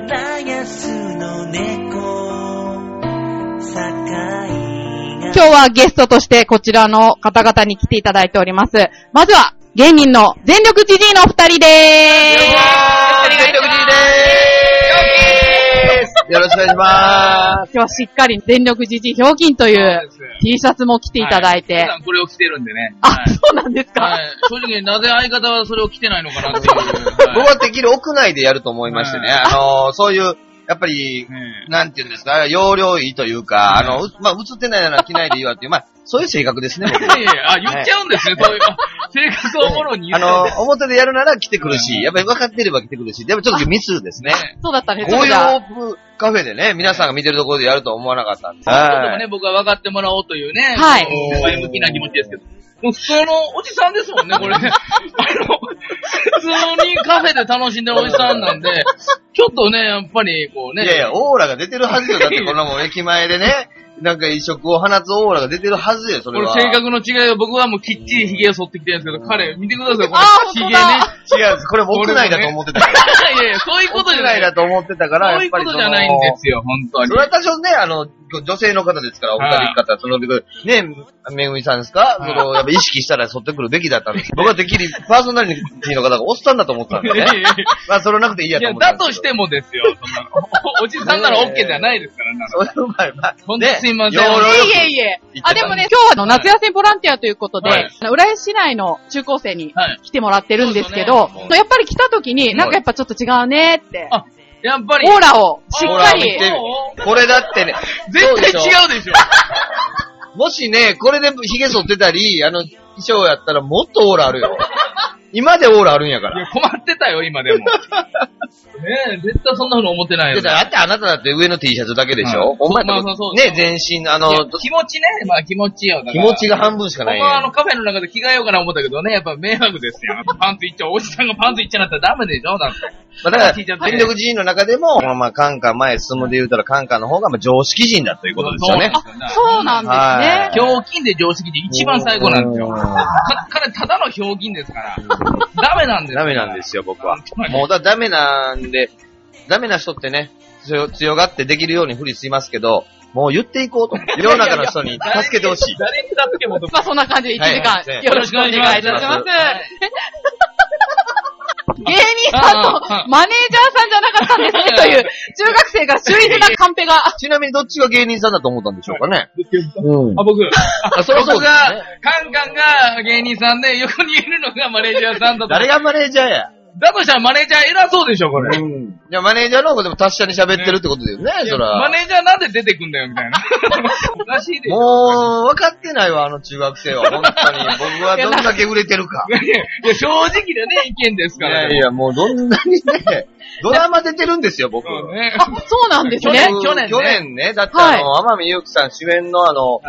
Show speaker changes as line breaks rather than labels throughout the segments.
ラスの猫、今
今日はゲストとしてこちらの方々に来ていただいております。まずは、芸人の全力じじいのお二人で。
よろしくお願いしますよろしくお願いします
今日はしっかり全力じじいひょうきんとい
そう
う
です
T シャツも着ていただい
は
て
普。段これを着てるんでね。
あ
は、い
そうなんですか
はい。正直、なぜ相方はそれを着てないのか なっていう。
僕はてっきり屋内でやると思いましてね、あのー、そういう、やっぱり、
ね
なんて言うんですか、容量いいというか、あの、うまあ、映ってないなら着ないでいいわっていう、まあ、そういう性格ですね、僕
いやいやいやあ、言っちゃうんですね、そういうの。性格をもろに言
あ
っちゃうん
の
です
ー、表でやるなら来てくるし、やっぱり分かってれば来てくるし、でもちょっとミスですね。
そうだったんです
こ
か
うい
じ
うオ
ゃあ
ープンカフェでね、皆さんが見てるところでやるとは思わなかったんで。
ちょっとでもね、僕は分かってもらおうというね、
はい
こう前向きな気持ちですけど。もう普通のおじさんですもん ね、これ。あの、普通にカフェで楽しんでるおじさんなんで、ちょっとね、やっぱりこうね。
いやいや、オーラが出てるはずよ。だってこんなもん駅前で ね、なんか異色を放つオーラが出てるはずよ、そ
こ
れ
れ
は。
性格の違いは僕はもうきっちり髭を剃ってきてるんですけど、彼、見てください、こ
あー
の髭
本当
ね。
だ
違う、これ僕内だと思ってたから。
いやいや、そういうことじ
僕
ゃな
内
い。
だと思ってたから、
そうい
やっ
う
ぱ
こ
り
とじゃないんですよ、本当に
そ。れは多少ね、あの、女性の方ですから、お二人方、その、ね、めぐみさんですかそ
はい
の、やっぱ意識したら沿ってくるべきだったんです。僕はてっきりパーソナリティの方がおっさんだと思ってたんで
いやい
ね。
やい
まあ、それなくていいや
やい
と思
や、
ってたん
だ
ですけど。
としてもですよ、そんなのおおじさんなら OK じゃないですから、な
それはまあまあ、
ほんとすいません
ね
い
いえいえいえ。あ、でもね、今日はあの夏休みボランティアということで、
はい
あの浦安市内の中高生に
はい
来てもらってるんですけど、
そうですよね
そうやっぱり来た時に、なんかやっぱちょっと違うねって、
あやっぱり、
オーラをしっ
オーラ
か
を見
り
て、これだってね、
絶対違うでしょ。
もしね、これで髭剃ってたり、あの、衣装やったらもっとオーラあるよ。今でオーラあるんやか
いや
ら。、
困ってたよ、今でも。ねえ、絶対そんなふうに思ってないよ、ね。
だってあなただって上の T シャツだけでし
は
ょ
い
ほんまや
まあ
ったら
そうそう
ね、全身、あ
い
の
や、気持ちね、まあ気持ちよ。だか
気
ら
持ちが半分しかない
僕
ねん
はあのカフェの中で着替えようかな思ったけどね、やっぱ迷惑ですよ。パンツいっちゃう、おじさんがパンツいっちゃうなったらダメでしょだって。
まあ、だ
聞い
か
ちゃっ
ら、
て
全力人の中でも、まあまあ、カンカン前進むで言うたら、カンカンの方がまあ常識人だということですよね。
そうなんですよ
そうなん
はい
ですね。
ひょうきんで常識で一番最後なんですよ。
うん
か彼、ただのひょうきんですから。ダメなんですよ
ダメなんですよ、僕は
本当。に
もうだ、ダメなんで、ダメな人ってね、強強がってできるようにふりしますけど、もう言っていこうと思って。世の中の人に助けてほしい。
誰に助け 求め
まあそんな感じで1時
は
間
いはい
よろしくお願いいたします。 芸人さん
は
と
い
マネージャーさんじゃなかったんですねという、中学生が秀逸なカンペが。
ちなみにどっちが芸人さんだと思ったんでしょうかね。うん
あ、僕。
あ、そりゃそう
僕
です
が
ね。、
カンカンが芸人さんで、横にいるのがマネージャーさんだと。
誰がマネージャーや。
だとしたらマネージャー偉そうでしょ、これ。
ん。じゃあマネージャーの方がでも達者に喋ってるってことだよね、そら。
マネージャーなんで出てくんだよ、みたいな。 おかしいでしょ。
もう、分かってないわ、あの中学生は。本当に。 僕はどんだけ売れてるか。
いや、正直なね、意見です
い
から
や
ね。
いや、もうどんなにね、ドラマ出てるんですよ、僕。
そうね。
あ、そうなんです
去
ね
年。
去年ね
去年ね、だってあの、天海祐希さん主演のあの、
は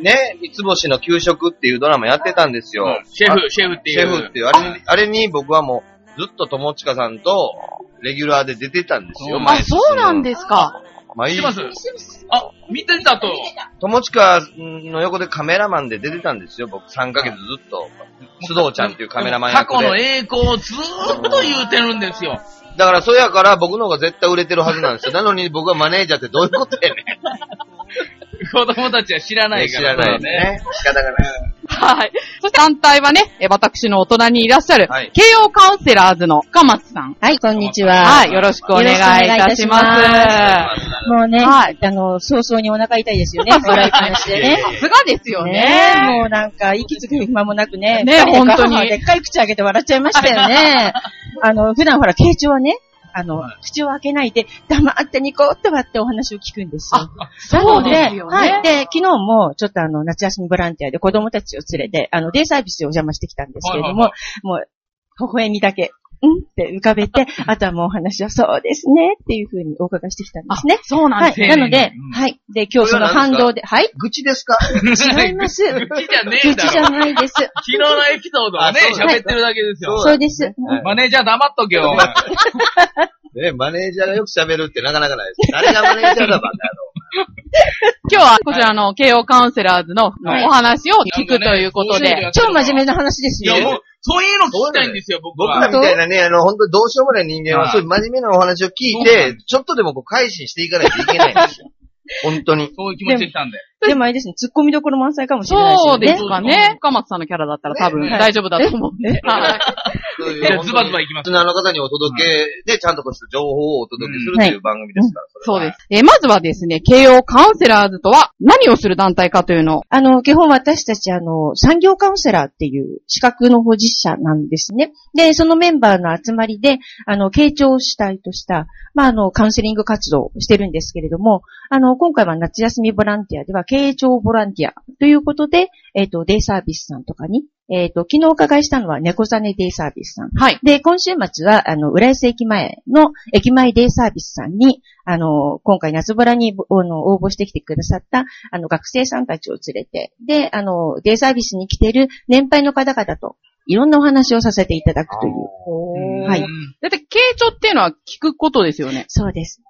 い
ね、三つ星の給食っていうドラマやってたんですよ。
シェ
あ
フ、シェフっていう。
シェフっていう、あれに、あれに僕はもう、ずっと友近さんと、レギュラーで出てたんですよ、
うん
あ、そうなんですか。
す。毎
知って
日
ますあ、見てたと。
友近の横でカメラマンで出てたんですよ、僕。3ヶ月ずっと。須藤ちゃんっていうカメラマン
過
役
去の
で。
栄光をずーっと言うてるんですよ。
だから、そやから僕の方が絶対売れてるはずなんですよ。なのに僕はマネージャーってどういうことやねん。
子供たちは知らない
知
か
ら
ら
ないです。ね。仕方がない。
はい。そして反対はね、え私のお隣にいらっしゃる、
はい
慶応カウンセラーズの深松さん。
はい、こんにちは。
はい、よろしくお願いいたします。
よろしくお願いいた
さ
もうね、
はい
あの、早々にお腹痛いですよね、ドライブ話でね。
すがですよね。
もうなんか、息つく暇もなくね。
ね
二人で
本当に
ガハハでっかい口開けて笑っちゃいましたよね。あの、普段ほら、慶長はね、あの、口を開けないで、黙ってニコッと割ってお話を聞くんですよ。
そうですよね。
はい。で、昨日も、ちょっとあの、夏休みボランティアで子供たちを連れて、あの、デイサービスでお邪魔してきたんですけれども、
はい
もう、微笑みだけ、うんって浮かべて、あとはもうお話はそうですね、っていうふうにお伺いしてきたんで
あ
すね。、
そうなん
は
です
い。
ね。
なの で
うん、
はい。で、今日その反動で、はい。
愚痴 ですか
違います。
口じゃねえ
愚
だろ。
痴 じ
昨
ゃないです。
日のエピソードはね
あ、そう
だ
喋ってるだけですよ。
そうです。
はい
マネージャー黙っとけよ。お前
ね、マネージャーがよく喋るってなかなかないです。誰がマネージャーだバカ
今日はこちらの慶応カウンセラーズの
はい
お話を聞くということ
はい
で。
超真面目な話です
いや、も
よ。
う、そういうの聞きたいんですよ、僕
僕
は。
らみたいなね、あの、本当にどうしようもない人間
は
は、
い
そういう真面目なお話を聞い
そうなん
て、ちょっとでもこう、改心していかないといけないんですよ。本当に。
そういう気持ちで来たんで。
でもあれですね、突っ込みどころ満載かもしれないです
そ
よ
う
ね。
ですかね。深松さんのキャラだったら多分
ね
大丈夫だと思うんで。はい
じゃあズバズバいきま
リ
す
スナーの方にお届けで、ちゃんとこうした情報をお届けするという番組ですから、それ
そ
は
うです。えーまずはですね、慶応カウンセラーズとは何をする団体かというのを。
あの、基本私たち、あの、産業カウンセラーっていう資格の保持者なんですね。で、そのメンバーの集まりで、あの、傾聴を主体とした、まあ、あの、カウンセリング活動をしてるんですけれども、あの、今回は夏休みボランティアでは、傾聴ボランティアということで、えっ、と、デイサービスさんとかに、えっ、と、昨日お伺いしたのは、猫ザネデイサービスさん。
はい。
で、今週末は、あの、浦安駅前の駅前デイサービスさんに、あの、今回夏ボラにぼあの応募してきてくださった、あの、学生さんたちを連れて、で、あの、デイサービスに来てる年配の方々と、いろんなお話をさせていただくという。は
う
い。
ん
だって、慶長っていうのは聞くことですよね。
そうです。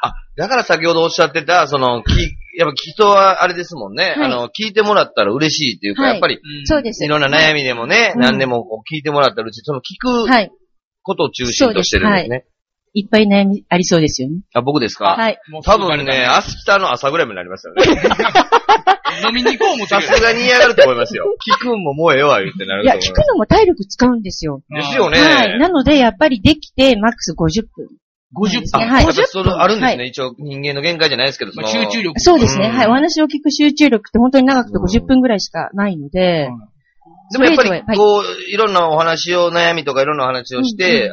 あ、だから先ほどおっしゃってた、その、き、やっぱ人はあれですもんね。
はい
あの、聞いてもらったら嬉しいっていうか、
はい
やっぱり、
そうです。
いろんな悩みでもね、
うん
何でもこう聞いてもらったらうち、その聞く
はい。
ことを中心としてるんですね。
いっぱい悩みありそうですよね。
あ、僕ですか
はい。
もう
多分ね、明日の朝ぐらいまでになりますよね。
飲みに行こう思って
さ
る。
すがに嫌がると思いますよ。 聞くんももうええわ、言ってないる
や、
と思い
聞
ま
くのも体力使うんですよ。
や
す。ですよね。
はい。なので、やっぱりできて、マックス50分。
50
あ
分。
はい
やっぱそれあるんです
は
ね。一応人間の限界じゃないですけど、そ
まあ
の。
集中力。
そうですね。
うん
はい。お話を聞く集中力って本当に長くて
うん
50分ぐらいしかないので。
でもやっ
ストレート
ぱ
へ
り、こう、いろんなお話を、悩みとかいろんなお話をし
う
て
ん、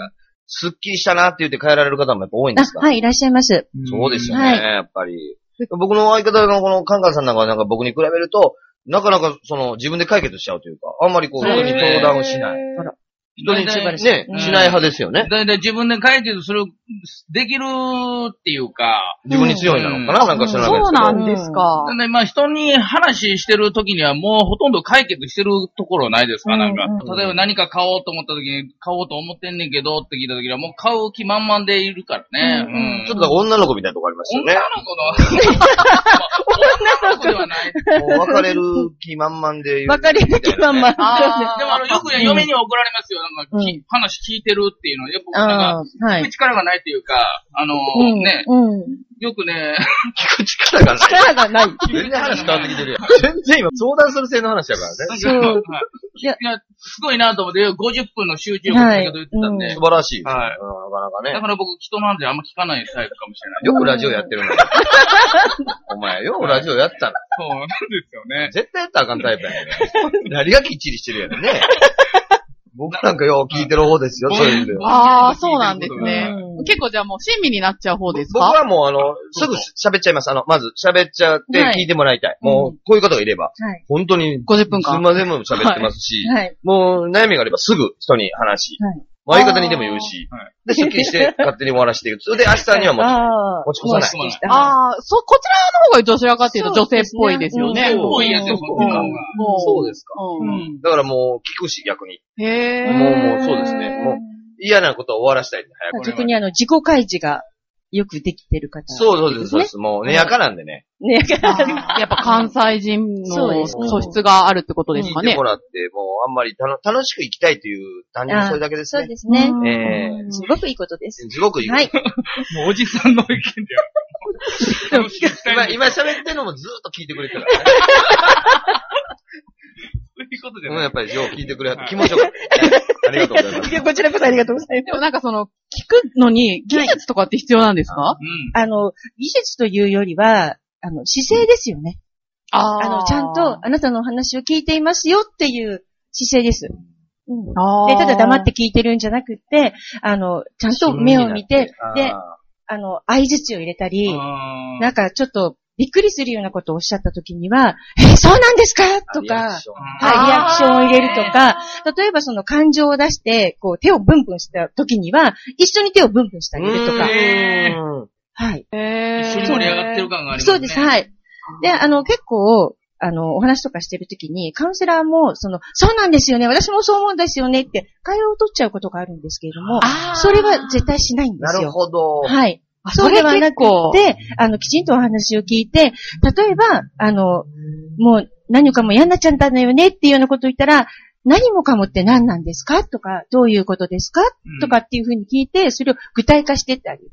すっきりしたなって言って帰られる方もやっぱ多いんです
あ、
か
はい、いらっしゃいます。
そうですよ
は
ね、
い
やっぱり。僕の相方のこのカンカンさんなんかはなんか僕に比べると、なかなかその自分で解決しちゃうというか、あんまりこう
そう
人
で
に
すね
相談をしない。人に
素晴ら
ね、
し
し
いうん
ない派ですよね。
だいたい自分で解決する、できるっていうか、
自分に強いなのかななんか知らないけど。
そうなんですか
だ。いたいまあ人に話してる時にはもうほとんど解決してるところないですか、なんか
うん。
うん
例えば何か買おうと思った時に、買おうと思ってんねんけどって聞いた時にはもう買う気満々でいるからね。う
う
んん。
ちょっと女の子みたいなとこありますよ
女
ね
の。子の、女の子ではない。
もう別れる気満々で。
わかり やきまんま。
あー
でもあの、よくね、
うん
嫁には怒られますよ。なんか、き
うん
話聞いてるっていうのは、やっぱなんか、
ああ、は
聞く
い。
力がないというか、あの
うん、
ね、
うん。
よくね、
聞く力がない。
力がない。
全然話変わってきてるやん。全然今相談する性の話やからね。
そう
なんか
いや
いや、すごいなと思って、50分の集中力の先ほど言ってたん
はいう
で
素、晴らしい。
はい
うんなかなか
だ
ね。
から僕、人なんであんま聞かないタイプかもしれない。
よくラジオやってるな。 お前、よくラジオやったな。
そうなんですよね。
絶対やったらあかんタイプやね。 何がきっちりしてるやんね。僕なんかよう聞いてる方ですよ、そういう意味では。
ああ、そうなんですね
うん。
結構じゃあもう親身になっちゃう方です
僕
か
はもうあの、すぐ喋っちゃいます。あの、まず喋っちゃって
はい
聞いてもらいたい。
うん
もう、こういう方がいれば、
はい。
本当に、
?50 分
すん
間。
までも喋ってますし、
はい。
もう悩みがあればすぐ人に話し、
はい
相方にでも言うし
はい、
で、スッキリして勝手に終わらせていく。それ で明日にはもう、
ああ、
持ち越さない
もうしてきた
ああ、そ、こちらの方がどちらかというと女性っぽいですよね。
そう
すごいやつよ、
そ
こ
う
の時間が。
も
そうですか。
う。
うんん。
だからもう聞くし、逆に。
へえ。
もうもうそうですねもう嫌なことを終わらせたいんで、早く。
特にあの、自己開示がよくできてる方。
そうそうです、そうです。もう、ねやかなんでね。
う。ね、だから
あー やっぱ関西人
そうで
の
す
素質があるってことですか
聞いて
ね
も。らって、もう、あんまり楽楽しく生きたいという、単純にそれだけです
そう
ね。
ですね。
うん
ええ
すごくいいことです。
すごくいい。
はい。
もうおじさんの意見では。もう聞きたい
今、
んです
今喋ってるのもずっと聞いてくれてるからね。
そういうことじゃ
うん、
な
や
い
っ。ぱりよう聞いてくれはって気持ちよ かった。ありがとうございます。
こちらこそありがとうござい
でもなんかその、聞くのに技術とかって必要なんですか
うん。
あの、技術というよりは、あの、姿勢ですよね。
あ
あの、ちゃんとあなたのお話を聞いていますよっていう姿勢です。うん。
あー
で、ただ黙って聞いてるんじゃなくって、あの、ちゃんと目を見て、で、
あ
あの、相づちを入れたり、
あー
なんかちょっとびっくりするようなことをおっしゃった時には、え、そうなんですか
ー
と
リアク
か、
ション
はい、リアクションを入れると
あ
か、例えばその感情を出して、こう手をブンブンした時には、一緒に手をブンブンしてあげるとか
う、ー
うん
はい。
へー
一緒に盛り上がってる感がありますね。
そうです、はい。で、あの、結構、あの、お話とかしてる時に、カウンセラーも、その、そうなんですよね、私もそう思うんですよねって、会話を取っちゃうことがあるんですけれども、
あー
それは絶対しないんで
な
す
る
よ。
ほど。
はい。
あ
そ
そ
れ
れ
はな
結
く
構。
て、あの、きちんとお話を聞いて、例えば、あの、もう何かも嫌になっちゃったんだよねっていうようなことを言ったら、何もかもって何なんですかとか、どういうことですかとかっていうふうに聞いて、それを具体化してってあげる。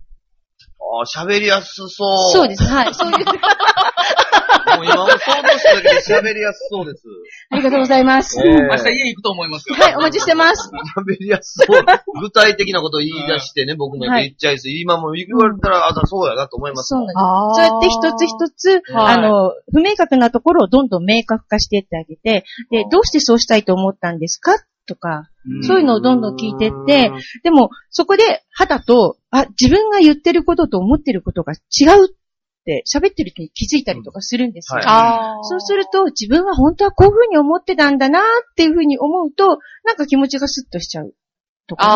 ああ、喋りやすそう。
そうです。はい。そういう、
もう今も想像しただけで喋りやすそうです。
ありがとうございます。
ええ
は
明日家行くと思いますよ。
い、お待ちしてます。
喋りやすそう。具体的なことを言い出してね、僕も言っちゃいです。今も言われたら、あ、そうやなと思います
そ
も。
うんなんです。
あー
そうやって一つ一つ、
はい
あの、不明確なところをどんどん明確化していってあげて、で、どうしてそうしたいと思ったんですかとか、そういうのをどんどん聞いてって
うん、
でも、そこで、肌と、あ、自分が言ってることと思ってることが違うって、喋ってる時に気づいたりとかするんですよ。
うんはい
ああ。
そうすると、自分は本当はこういうふうに思ってたんだなっていうふうに思うと、なんか気持ちがスッとしちゃう。とか、ね。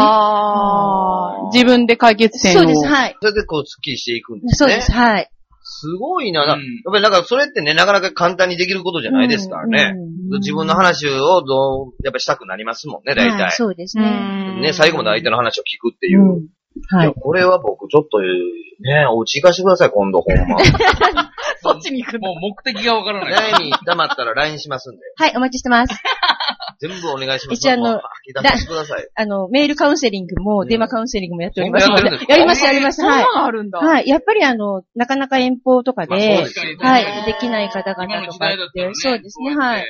ああ。自分で解決点を。
そうです、はい。
それでこう、スッキリしていくんですね。
そうです、はい。
すごいな。な
うん
やっぱりなんかそれってね、なかなか簡単にできることじゃないですからね。
うん
自分の話をどう、やっぱしたくなりますもんね、大
はい
体。
そうです
う
ね。
ん。
ね、最後まで相手の話を聞くっていうう。
んはい
や。これは僕、ちょっと、ね、お家行かしてください、今度、ほん ま。
そっちに行くの。
もう目的がわからない。
悩み黙ったら LINE しますんで。
はい、お待ちしてます。
全部お願いします。
一応あの
もう吐き出してください。
あの、メールカウンセリングも、
うん
電話カウンセリングもやっておりますの
やって
で
るんです。か
やります、やります。
そん
はい
な。のあるんだ。
はい。やっぱりあの、なかなか遠方とか
まあそう
で
で、すよね
はい、できない方
今
々
の
と
時
かっ
代だったら
て
ね、。
そうですね、はい。
う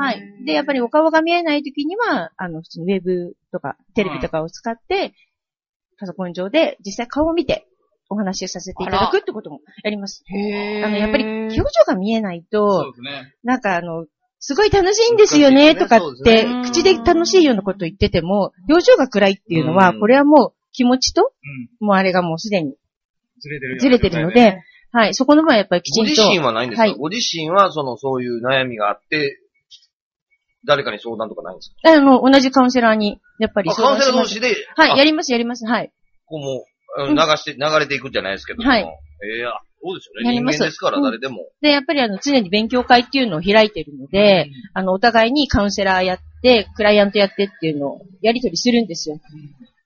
ん
はい。で、やっぱりお顔が見えない時には、あの、普通にウェブとか、テレビとかを使って、パソコン上で実際顔を見て、お話しさせていただくってこともやります。
へー
あの、やっぱり表情が見えない
そう
と、
ですね。
なんかあの、すごい楽しいんですよね、とかっ
そうで
て
すね、
口で楽しいようなこと言ってても、表情が暗いっていうのは、
うん
これはもう気持ちと、
うん。
もうあれがもうすでに
ずれてるよ。
ずれてるので、はい、そこの場合はやっぱりきち
ご
ん
自
と。
身はないんですか、
はい
ご自身は、その、そういう悩みがあって、誰かに相談とかないんですか
あの、同じカウンセラーに、やっぱり
あカウンセラー同
し
士で、
ますはい、や
あ
ります、やります、はい。
こうもう、流
うん
して、流れていくじゃないですけども。
はい
ええあそうですよ
や
ね。
り
人
ま
間
す
ですから、
うん
誰でも。
で、やっぱりあの、常に勉強会っていうのを開いてるので、あの、お互いにカウンセラーやって、クライアントやってっていうのをやり取りするんですよ。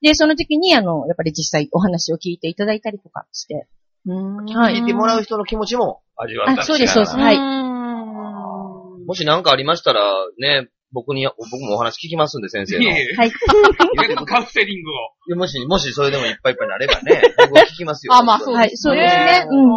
で、その時に、あの、やっぱり実際お話を聞いていただいたりとかして。は
聞いてもらう人の気持ちも味わったりしな
あ、そうです、そうです。
うん
はい。
もし何かありましたら、ね、僕に、僕もお話聞きますんで、先生
い
の。
えい え
はい。
逆にカウンセリングを。
いやもし、もしそれでもいっぱいいっぱいになれば ね、僕は聞きますよ。
あ、まあそう
は
で
い
す
そう
ね。
ですねうん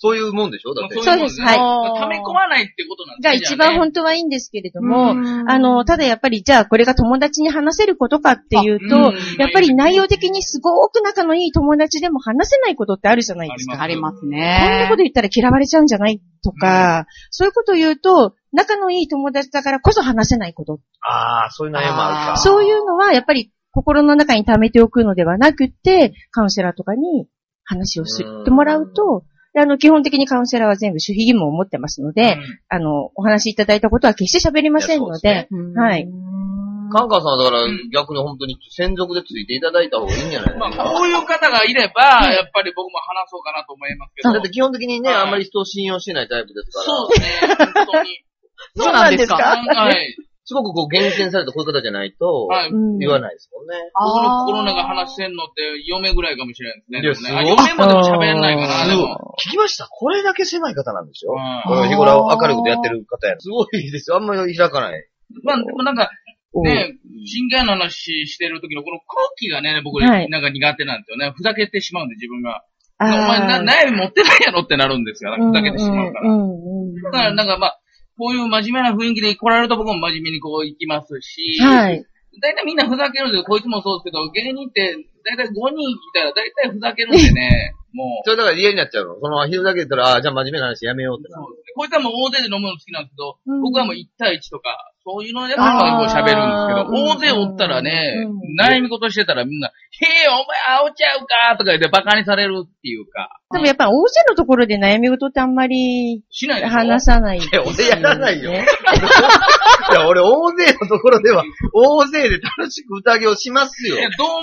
そういうもんでしょだって。
まあ
そうですはい
溜め込まないってことなん
が
ですね
一番
じ
本当はいいんですけれど
うん
も、あの、ただやっぱり、じゃあこれが友達に話せることかっていうと、やっぱり内容的にすごく仲のいい友達でも話せないことってあるじゃないですか。
あります
こんな
ね
こ。と言ったら嫌われちゃうんじゃないとか、そういうこと言うと、仲のいい友達だからこそ話せないこと。
ああ、そういう悩みもある
あ
か。
ー
そういうのはやっぱり心の中に溜めておくのではなくて、カウンセラーとかに話をするってもらうと、であの、基本的にカウンセラーは全部守秘義務を持ってますので、あの、お話しいただいたことは決して喋りませんの
いや
で、
うん
はい。
カンカンさんはだから
うん
逆に本当に専属でついていただいた方がいいんじゃないです
ま
か、
あ、こういう方がいれば、やっぱり僕も話そうかなと思いますけど。
だって基本的にね、
はい
あんまり人を信用してないタイプですから、
そうですね、本当 に。
そうなんですか
はい。
すごくこう厳選されたこういう方じゃないと、
はい。
うん
言わないですもんね。
僕の心の中
あー
話せんのって、嫁ぐらいかもしれない
いや
ですす
ご
ね。
い
でもねあ嫁もでも喋んないかな、でも。
聞きましたこれだけ狭い方なんですよ。
うん
この日頃明るいことやってる方や。すごいですよ。あんまり開かない。
まあ、でもなんか、
うん
ね、真剣な話してる時のこの空気がね、僕、
はい
なんか苦手なんですよね。ふざけてしまうんで、自分が。
あ
お
ー
前な、悩み持ってないやろってなるんですよ。なんかふざけてしまうから。
んうんうん
だから、なんかまあ、こういう真面目な雰囲気で来られると僕も真面目にこう行きますし、
はい。
大体みんなふざけるんですよ。こいつもそうですけど、芸人って、大体5人いたら大体ふざけるんでね、もう。
それだから嫌になっちゃうの。その昼だけ言ったら、あーじゃあ真面目な話やめようってな
そ
る。
うですねこいつはもう大勢で飲むの好きなんですけど、
うん
僕はもう1対1とか、そういうのやつはこう喋るんですけど、大
あー
勢おったらね、
うん
悩み事してたらみんな、へえ、お前青ちゃうかとか言ってバカにされるっていうか、
でもやっぱり大勢のところで悩み事ってあんまり
しないですよ
話さない。
いや、俺やらないよ。いや、 俺大勢のところでは、大勢で楽しく宴をしますよ
い。やどう思う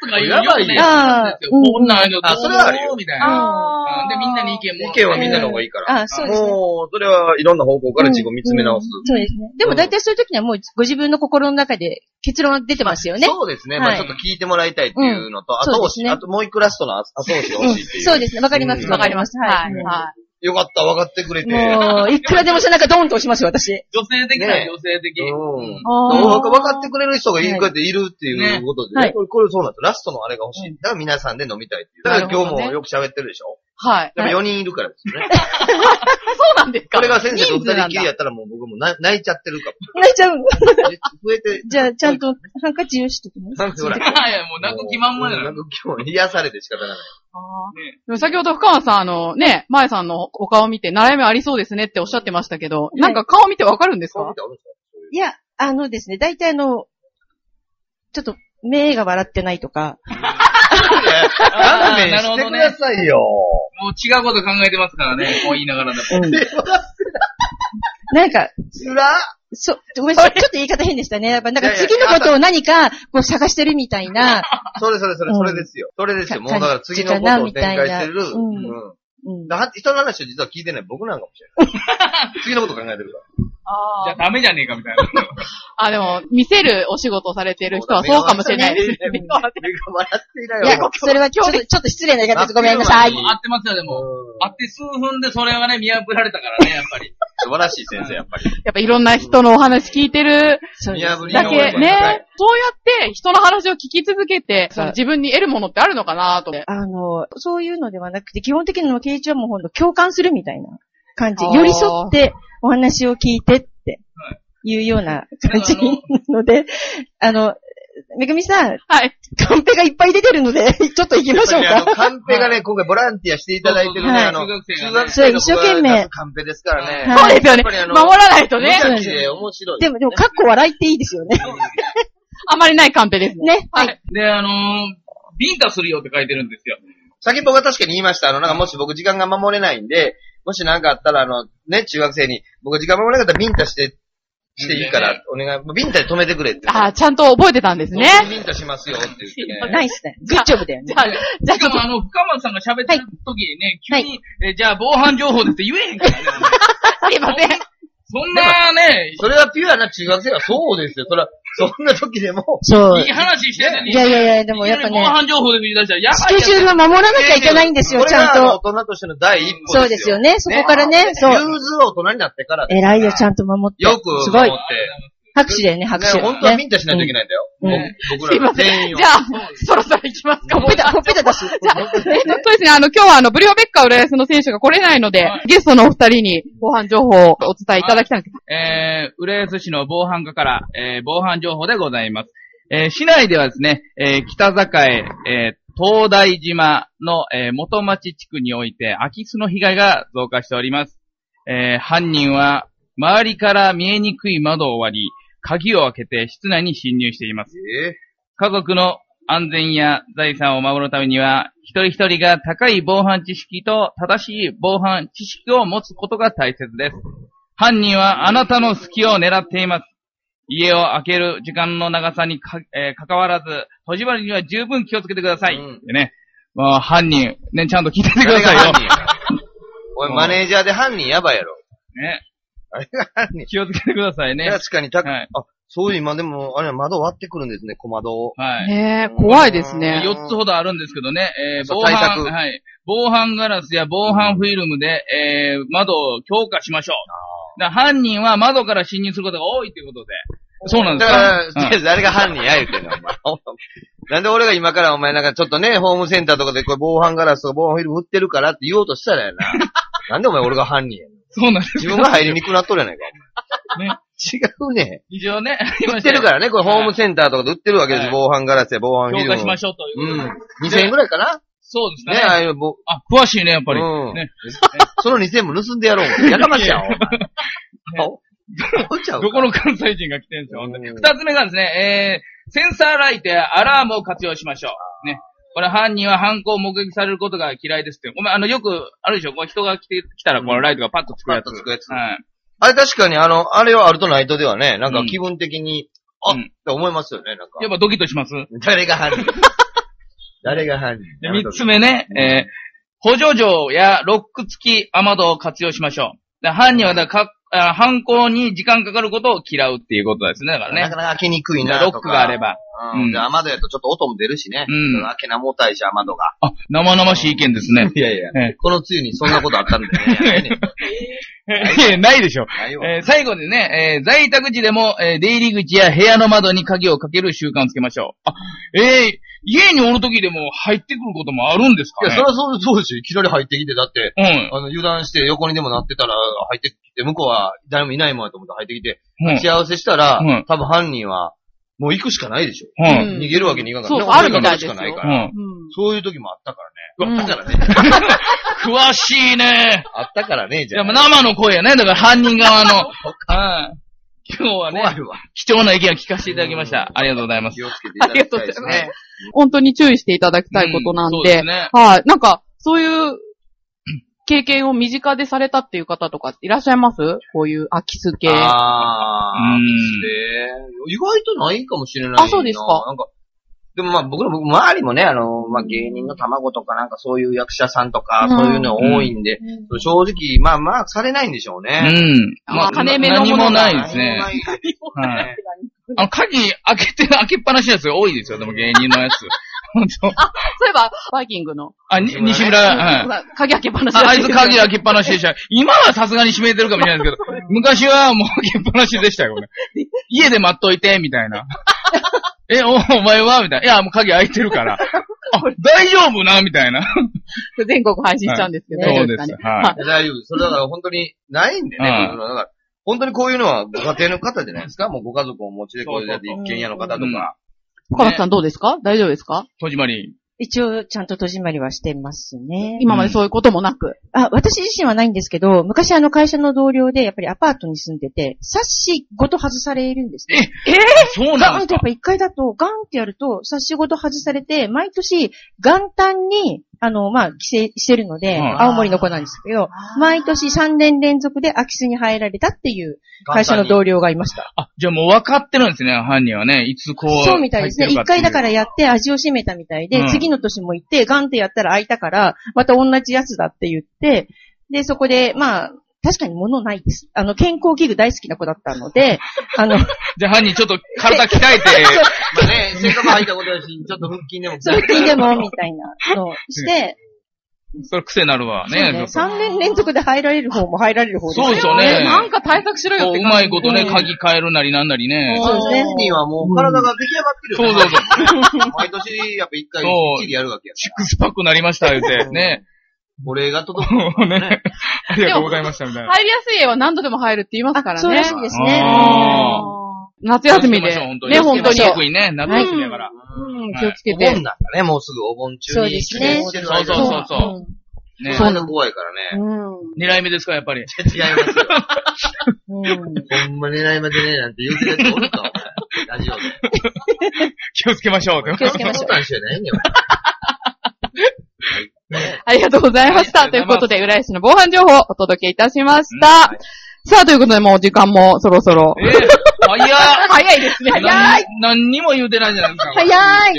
とか言う
やばいよ
よくね言うんですよ
あー
こんなんあるよ、ど
あ
う
それはある
思
よ
うみたいな。
あー
うんで、みんなに意見 も。
意見はみんなの方がいいから。
あ、そうですね。
もう、それはいろんな方向から自己見つめ直す。
うんうんそうですね。でも大体そういう時にはもうご自分の心の中で結論は出てますよね。
そうですね。
は
ま
い
あちょっと聞いてもらいたいっていうのと、後
そう
押
です
し、
ね
あともう一個ラストの後押しが
うん
欲しいっていう。
そうですね。わかりま
う
す。
ん
わかります。
は。
はいい。
はい。
よかった、分かってくれて。
もう、いくらでも背中ドーンと押しますよ、私。
女性的な
ね
女性的。
うん。
あ
分
ー
かってくれる人がいる、こうやっているってい
ね
うことで、
はい
これ、これそうなんですラストのあれが欲しい。だから皆さんで飲みたいっていう。だから今
なるほど
日
ね
もよく喋ってるでしょ
はい。
でも
はい
4人いるからですよね。
そうなんですか
これが先生と二人っきりや
っ
ったらもう僕もな泣いちゃってるか
泣いちゃう。
も。増えて、
じゃあ、ちゃんとハンカチ用意しときます。
なんかほら。
はいや、もう泣く気満々やな。
泣く気満々。癒されて仕方がない。
ね
でも先ほど深川さん、あの、ね、前さんのお顔見て、悩みありそうですねっておっしゃってましたけど、
い
なんか顔見てわかるんです
そう
か
見てあるんですか
いや、あのですね、大体あの、ちょっと、目が笑ってないとか、
勘
あー
弁
なるほ
して
ど
く
ね
ださいよ。
もう違うこと考えてますからね、こう言いながらでも。
うん。なんか、
つらっ
そ、ごめんなさい、ちょっと言い方変でしたね。やっぱ、なんか次のことを何か、こう探してるみたいな、
それそれそれ、
うん
それですよ。それですよ。
か
もうだから次のことを展開してる。
かなみたいなうん
うん
うん。
だ人の話を実は聞いてない僕なんかもしれない。 次のこと考えてるか
じ
あ
ゃあダメじゃねえかみたいな。
あ、でも、見せるお仕事をされてる人はそうかもしれないですね。
目が笑っていない
い
よ。
や、それはちょっと、ちょっと失礼な言い方です。ごめんなさ。
はい
合ってますよ、でも。
あ
合って数分でそれはね、見破られたからね、やっぱり。
素晴らしい先生、やっぱり。
やっぱいろんな人のお話聞いてる
そう
見
です
破り
だ
の
け
方がいい
ね、そうやって人の話を聞き続けて、その自分に得るものってあるのかなと思って。
あの、そういうのではなくて、基本的にの形状はもうほんと共感するみたいな感じ。
あー
寄り添ってお話を聞いてって
はい
いうような感じ
だから
なので、あの、めぐみさん、
はい。
カンペがいっぱい出てるので、 ちょっと行きましょう
やっぱりあの
か。
カンペがね、今回ボランティアしていただいてるね、
はい
あの、
中学生がね
そう一生懸
の子
命
が出すカンペですからね。
はい
そうですよね。
やっぱりあの
守らないと
無
ね、
邪気で面白い。
でも、でも、かっこ笑いっていいですよね。
あまりないカンペですね。
ね。
はい。
で、あのー、ビンタするよって書いてるんですよ。
先っぽが確かに言いました。あの、なんかもし僕時間が守れないんで、もしなんかあったら、あの、ね、中学生に、僕時間守れなかったらビンタして、していいから、お願い、ビンタで止めてくれって。
あーちゃんと覚えてたんですね。
ビンタしますよって言ってね。
ナイスだよ。グッジョブだよね
じ。ゃあ、じゃあ
し
ちょ
か
っと
も、あの、深松さんが喋ってる時にね、急に、えーじゃあ防犯情報ですって言えへんからね。
すいません。
そんなね、
それはピュアな中学生はそうですよ。それは、そんな時でも、
そう。
いい
い
話してんのに。
やいやいや、でもやっ
急
ぱ
に防
ね、
犯情報で見出したら、やば
ス
いや
ケ
つ
ジュールは守らなきゃいけないんですよ、
これ
ちゃん
があの
と。
大人としての第一歩
そう
で
ですす
よ。
よね。そこからね、そう。
融通大人になってから、
偉いよ、ちゃんと守って。
よく
す
思
ご
っ
い
て。。
拍手だよね、拍手。
ね、本当はビ
ね
ンタしないといけないんだよ。
うん
僕
すい
僕ら
ま
の
せ
全
ん。
員を。
じゃあ、そろそろ行きますか。
ほっぺ た、ほっぺた出す。
えっとですね、あの、今日はあの、ブリオベッカ浦安の選手が来れないので、ゲストのお二人に後半情報をお伝えいただきたいんですけど、
えー、浦安市の防犯課から、えー、防犯情報でございます。えー、市内ではですね、えー、北栄、えー、東大島の、えー、元町地区において、空き巣の被害が増加しております。えー、犯人は、周りから見えにくい窓を割り、鍵を開けて室内に侵入しています。
え
家族の安全や財産を守るためには、一人一人が高い防犯知識と正しい防犯知識を持つことが大切です。犯人はあなたの隙を狙っています。家を開ける時間の長さにか、えー関わらず、閉じりには十分気をつけてください。
うん
でね、もう犯人、ね、ちゃんと聞いてて
ー、
くだ
誰が
さい
犯。
よ
人や おい、マネージャーで犯人やばいや ろ。
ね、
あれが犯人。
気をつけてくださいね。
確かにた、
はい
あ、そういう、今でも、あれ、窓割ってくるんですね、小窓を。
はい。
ねえ、怖いですね。
4つほどあるんですけどね、えー
そう
防犯
対策
はい、防犯ガラスや防犯フィルムで、えー窓を強化しましょう。だから犯人は窓から侵入することが多いということで。そうなんで
だ
す
から、
か、
とりあえず誰が犯人や言うてんの、お前。なんで俺が今からお前なんかちょっとね、ホームセンターとかでこれ防犯ガラスとか防犯フィルム売ってるからって言おうとしたらやな。 なんでお前俺が犯人やねん
そうなんです
自分が入りにくくなっとるやないか、お前
ね。
違うね。
一応ね、。
売ってるかららね、これホームセンターとかで売ってるわけです
はい
よ。防犯ガラスや防犯フィ
強
ルム。
化しましょうといううことで。
ん。2000円ぐらいかな
そうですか
ね、
ね。
ああいうぼ、
あ、詳しいね、やっぱり。
うん
ね、
その2000円も盗んでやろうお前。やかましい やん、お前。おどうちゃうか
どこの関西人が来てるんですよ、本当に。
うん
二つ目がですね、えー、センサーライトやアラームを活用しましょう。ね。これ犯人は犯行を目撃されることが嫌いですって。お前、あの、よく、あるでしょ、こう人が来て、来たら、このライトがパッとつくやつ。
パッとつくやつ
はい。
あれ確かにあの、あれはあるとないとではね、なん
う
か
ん
気分的に、
う
あ
ん
っって思いますよね、なんか。
やっぱドキッとします。
誰が犯 人誰が犯人
三つ目ね、えー、補助錠やロック付き雨戸を活用しましょう。で犯人はだからか、あ犯行に時間かかることを嫌うっていうことですね、だからね
なか。なか開けにくいな
ロ
とか。
ックがあれば。
う。
うんん
で、雨戸やとちょっと音も出るしね。
うん
明けなもたいし、雨戸が。
あ、生々しい意見で すね。
いやいや
ええ
この梅雨にそんなことあったんだ よね。ないね
いやないでしょ。
ないわ。
えー最後にね、えー在宅時でも、えー出入り口や部屋の窓に鍵をかける習慣つけましょう。あ、えー家におる時でも入ってくることもあるんです
い
か
や、
ね
それはそうそうでしょ。いきなり入ってきて、だって、
うん。
あの、油断して横にでもなってたら入ってきて、向こうは誰もいないもんやと思って入ってきて、
うん。
幸せしたら、
うん
多分犯人は、もう行くしかないでしょ。
うん。
逃げるわけにいかんから、
そう
なんか
あるみたいです
し
よ
かないか
う
ら。
ん。
うん。
そういう時もあったからね。
うん
あったからね。
詳しいね。
あったからね、
い
じゃ
や、
あ。
もう生の声やね。だから犯人側の。うん。今日
怖
はね、
いわ。
貴重な意見を聞かせていただきました。ありがとうございます。
気をつけていただきたいです
ありがとうござい
ね。
本当に注意していただきたいことなん
うそう
で、
すね。
はい。なんか、そういう経験を身近でされたっていう方とかいらっしゃいますこういう空き巣系。あ
あー
うん
で意外とないかもしれないな。
あそうですか
なんか、でもまあ僕の僕周りもね、あの、まあ芸人の卵とかなんかそういう役者さんとか、
うん
そういうの多いんで、正直、まあまあされないんでしょう
う
ね。
ん。
あ
まあ、
金目の
何
もの
も
が
ないですね。
何もない
はい。あの、鍵開けて、開けっぱなしのやつが多いですよ、でも芸人のやつ。本当。
そういえば、バイキングの。
あ、に西村、はい。
鍵開けっぱなし
ああいつ鍵開けっぱなしでした。今はさすがに閉めてるかもしれないですけど、昔はもう開けっぱなしでしたよ、これ。家で待っといて、みたいな。え、お、お前はみたいな。いや、もう鍵開いてるから。あ、大丈夫なみたいな。
全国配信しちゃうんですけど、
はい
大丈夫かね
そうですはい
はい。
大丈夫。それだから本当にないんでね。
うん
僕のだから本当にこういうのはご家庭の方じゃないですかもうご家族をお持ちでこういうやって一軒家の方と
うん
か。
岡松さんどうですか大丈夫ですか
戸締まり。
一応、ちゃんと戸締まりはしてますね。
今までそういうこともなく。
あ、私自身はないんですけど、昔あの会社の同僚で、やっぱりアパートに住んでて、サッシごと外されるんですね。
そう
ガ
な
ン
ん
って
で
や
す
っぱ一回だと、ガンってやると、サッシごと外されて、毎年、元旦に、あの、まあ、帰省してるので、
うん
青森の子なんですけど、毎年3年連続で空き巣に入られたっていう会社の同僚がいました。
かあ、じゃあもう分かってるんですね、犯人はね。いつこう。
そうみたいですね。
入
一
ってる
回だ
って
か
いう。
らやって味を占めたみたいで、
うん
次の年も行って、ガンってやったら開いたから、また同じやつだって言って、で、そこで、まあ、確かに物ないです。あの、健康器具大好きな子だったので、あの、
じゃあ犯人ちょっと体鍛えて、
まあね、性格入ったことだし、ちょっと腹筋でも。
それってでも、みたいなのをして、
それ癖になるわ
そう
ね。
ね、3年連続で入られる方も入られる方です
そうですよね
なんか対策しろよっ
こう
て
う
感
ま
じ
いことね、鍵変えるなりなんなりね。
そうですね
本人はもう体が出来上がってるよね。
そうそう
毎年、やっぱ一回、き
そ
っ
う
ちりやるわけや
シックスパックになりました、言うて。ね。
お礼が届く。
ね。ありがとうございました、みたいな。
入りやすい家は何度でも入るって言いますからね。
そうらしいですね。
あ
夏休みで。
本当に
ね、本当に。
特にね、夏休みだから。
うん、
はい
気をつけ
お盆
て。
なんだね、もうすぐお盆中
そう
に。
ですね
そう
そうそうそうそう。ね。
そんな怖いからね。
う
狙い目ですか、やっぱり。
違いますよ。
うん
ほんま狙いまでね、なんて言うてるやつおるか、お前。ラジオで。
気をつけましょう。
気をつけましょ
そんなこ
う
とはしてないねんよ。ね
ありがとうございました。
はいあり
というこ
がとうご
と
ざ
で、浦安市の防犯情報をお届けいたしました。
うん
さあ、ということで、もう時間もそろそろ。
えー、早っ
早いですね。早い
何何にも言うてないじゃないですか。
早い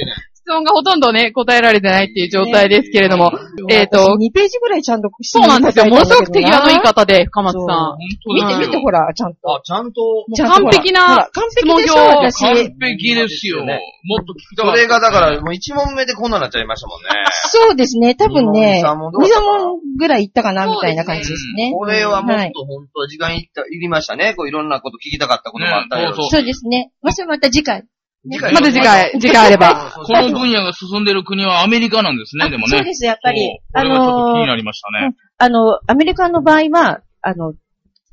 質問がほとんどね、答えられてないっていう状態ですけれども。えっと、
2ページぐらいちゃんと
そうなんですよ。ものすごく手際のいい
か
方で、深松
そ
さん。
見
本当で
て、見
す
て
よ。
ほら、ちゃんと。
あ、ちゃんと。
ちゃんとほら
完璧な
ほら完璧でし
質
ょ、
問表
私。
完璧ですよ。もっと聞きたか
そ
った
れがだから、もう一問目でこんなになっちゃいましたもん ね。
そうですね。多分
二問
ね、
三問どうだっ
2、
たか
3
な
問ぐらいいったかな、みたいな感じですね。
これはもっ
い
と本当時間いった、いりましたね。こういろんなこと聞きたかったこともあったり
ねそう
そうですね。もしまた次回。
また次回、次回あれば。
この分野が進んでる国はアメリカなんですね、でもね。
そうです、やっぱり。
そうこ
あ
れはちょっと気に
の、
なりましたね。
あの、アメリカの場合は、あの、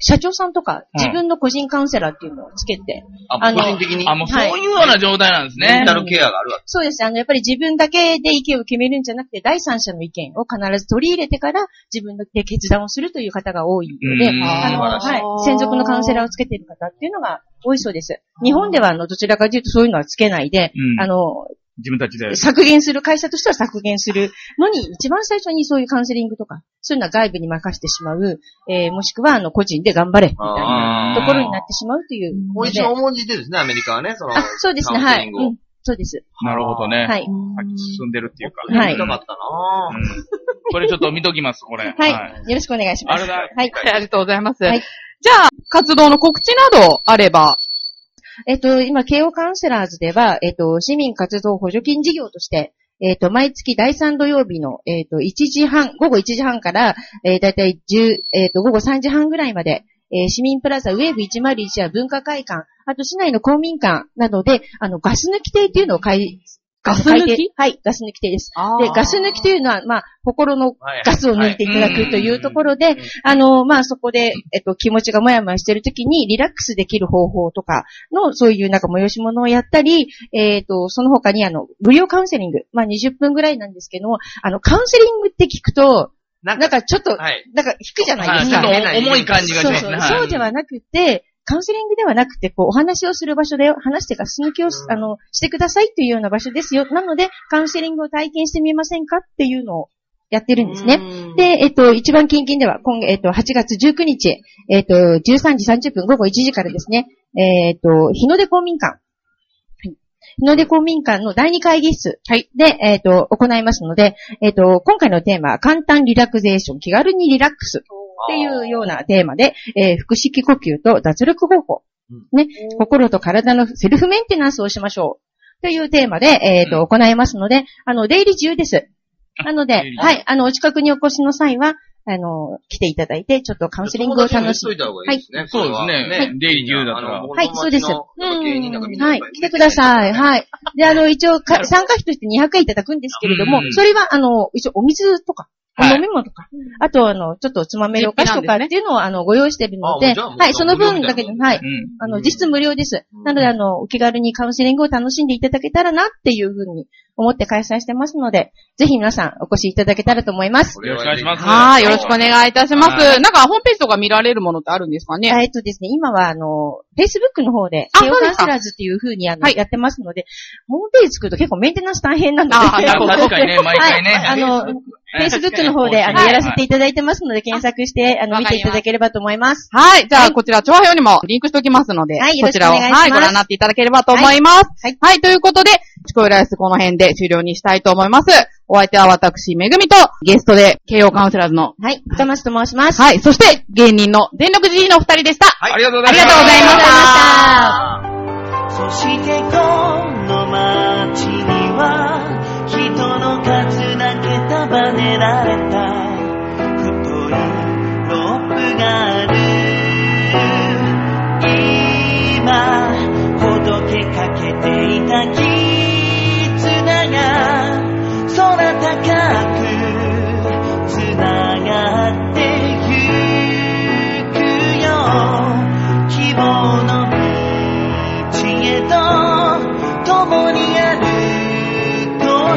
社長さんと
う
か、
ん
自分の個人カウンセラーっていうのをつけて、
あ、もう個人的に。
あ、もうそういうような状態なんです
メ
ね
ンタ。ルケアがあるわけ。
そうです。あの、やっぱり自分だけで意見を決めるんじゃなくて、第三者の意見を必ず取り入れてから、自分で決断をするという方が多いので、
うん
あ
素
の、
晴ら
しい
はい。専属のカウンセラーをつけている方っていうのが多いそうです。日本では、あの、どちらかというとそういうのはつけないで、
うん
あの、
自分たちで。
削減する、会社としては削減するのに、一番最初にそういうカウンセリングとか、そういうのは外部に任せてしまう、えーもしくは、あの、個人で頑張れ、みたいなところになってしまうとい
あ
う
ー
も
の
う
で。
一応重んじてですね、アメリカはね、その、
あ、そうですね、
カウンセ
は
リ
い。
ングを
うん、そうです。
なるほどね。
はい。
先進んでるっていうか。
は
聞
い
きたかった
う
なぁ。
んこれちょっと見ときます、これ。
はい。よろしくお願いし
あ
ま
れ
す。
だ。
はい。
ありがとうございます。
はい
じゃあ、活動の告知などあれば、
えっと、今、慶応カウンセラーズでは、えっと、市民活動補助金事業として、えっと、毎月第3土曜日の、えっと、1時半、午後1時半から、えー、だいたい10、えっと、午後3時半ぐらいまで、えー市民プラザウェーブ101や文化会館、あと市内の公民館などで、あの、ガス抜き亭っていうのを開、ガ
ス抜き
はい、ガス抜き亭です。
あ
で、ガス抜きというのは、まあ、心の
はい
ガスを抜いていただくというところで、あの、まあ、そこで、えっと、気持ちがもやもやしてるときにリラックスできる方法とかの、そういうなんか催し物をやったり、えっと、その他にあの、無料カウンセリング、まあ、20分ぐらいなんですけども、あの、カウンセリングって聞くと、
なん
なん
か、
かちょっと、
はい。
なんか引くじゃないです
ちょ
か
っ。と重い感じがし
そう
ます
そう
ね。
そうではなくて、カウンセリングではなくて、こう、お話をする場所で、話してガス抜きをす、
うん
あの、してくださいというような場所ですよ。なので、カウンセリングを体験してみませんかっていうのをやってるんですね。
ね
で、えっと、一番近々では、今月、えっと、8月19日、えっと、13時30分、午後1時からですね、えっと、日の出公民館。はい日の出公民館の第2会議室で、えっと、行いますので、えっと、今回のテーマは、簡単リラクゼーション、気軽にリラックス。っていうようなテーマで、えー腹式呼吸と脱力方法、ね、心と体のセルフメンテナンスをしましょう。というテーマで、えっ、と、行いますので、あの、出入り自由です。なので、
出入り自由
はい、あの、お近くにお越しの際は、あの、来ていただいて、ちょっとカウンセリングを楽し
友達も言っ
み
といた方がいいですね。
そうですねはいデイリー自由だったら
はいそうですは、
はい
来てください。
い。
はい。で、あの、一応か、参加費として200円いただくんですけれども
う、ん
それは、あの、一応お水とか、お
はい
飲み物とか、あと、あの、ちょっとつまめるお菓子とかっていうのを、あの、ご用意してるの
あ
で、
じゃあもう
はい、その分
無料みた
だ
いな
けで、はい、
うん。
あ
う
の、
ん
実質無料です。なので、あの、お気軽にカウンセリングを楽しんでいただけたらなっていうふうに思って開催してますので、ぜひ皆さんお越しいただけたらと思います。
よろしくお願いします
はい、よろしくお願いいたしま
は
す。なんか、ホームページとか見られるものってあるんですかね
えっとですね、今は、あの、Facebook の方で、
あ
ケオ
そう
カ
で
ン
すか
セラーズっていう風にあの、
はい
やってますので、ホームページ作ると結構メンテナンス大変なので、
あーなるほど
確かにね、毎回ね。
はい、あの、Facebook の方で、あの、
はい
やらせていただいてますので、検索して、あの、
わ
見
か
て
りました
いただければと思います。
はい。じゃあ、こちら、調和表にもリンクしておきますので、
はい
こ
よろし
ち
くお願
らを、
いします
はい、ご覧になっていただければと思います。は
はいい。
ということで、チコイライスこの辺で終了にしたいと思います。お相手は私、めぐみと、ゲストで、慶応カウンセラーズの、
はい、歌松と申します。
はい、そして、芸人の全力 G のお二人でした。
はいありがとうご
あ
ざい
り
ま
が
し
と
た
うご
そし
ざいまし。
ありがとうございました
てこの街には人の数だけ束ねられた太いロープがある今ほどけかけていた絆が空高くつながってゆくよ希望の知恵と共に歩こ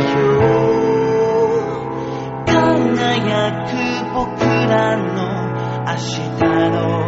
うよ輝く僕らの明日の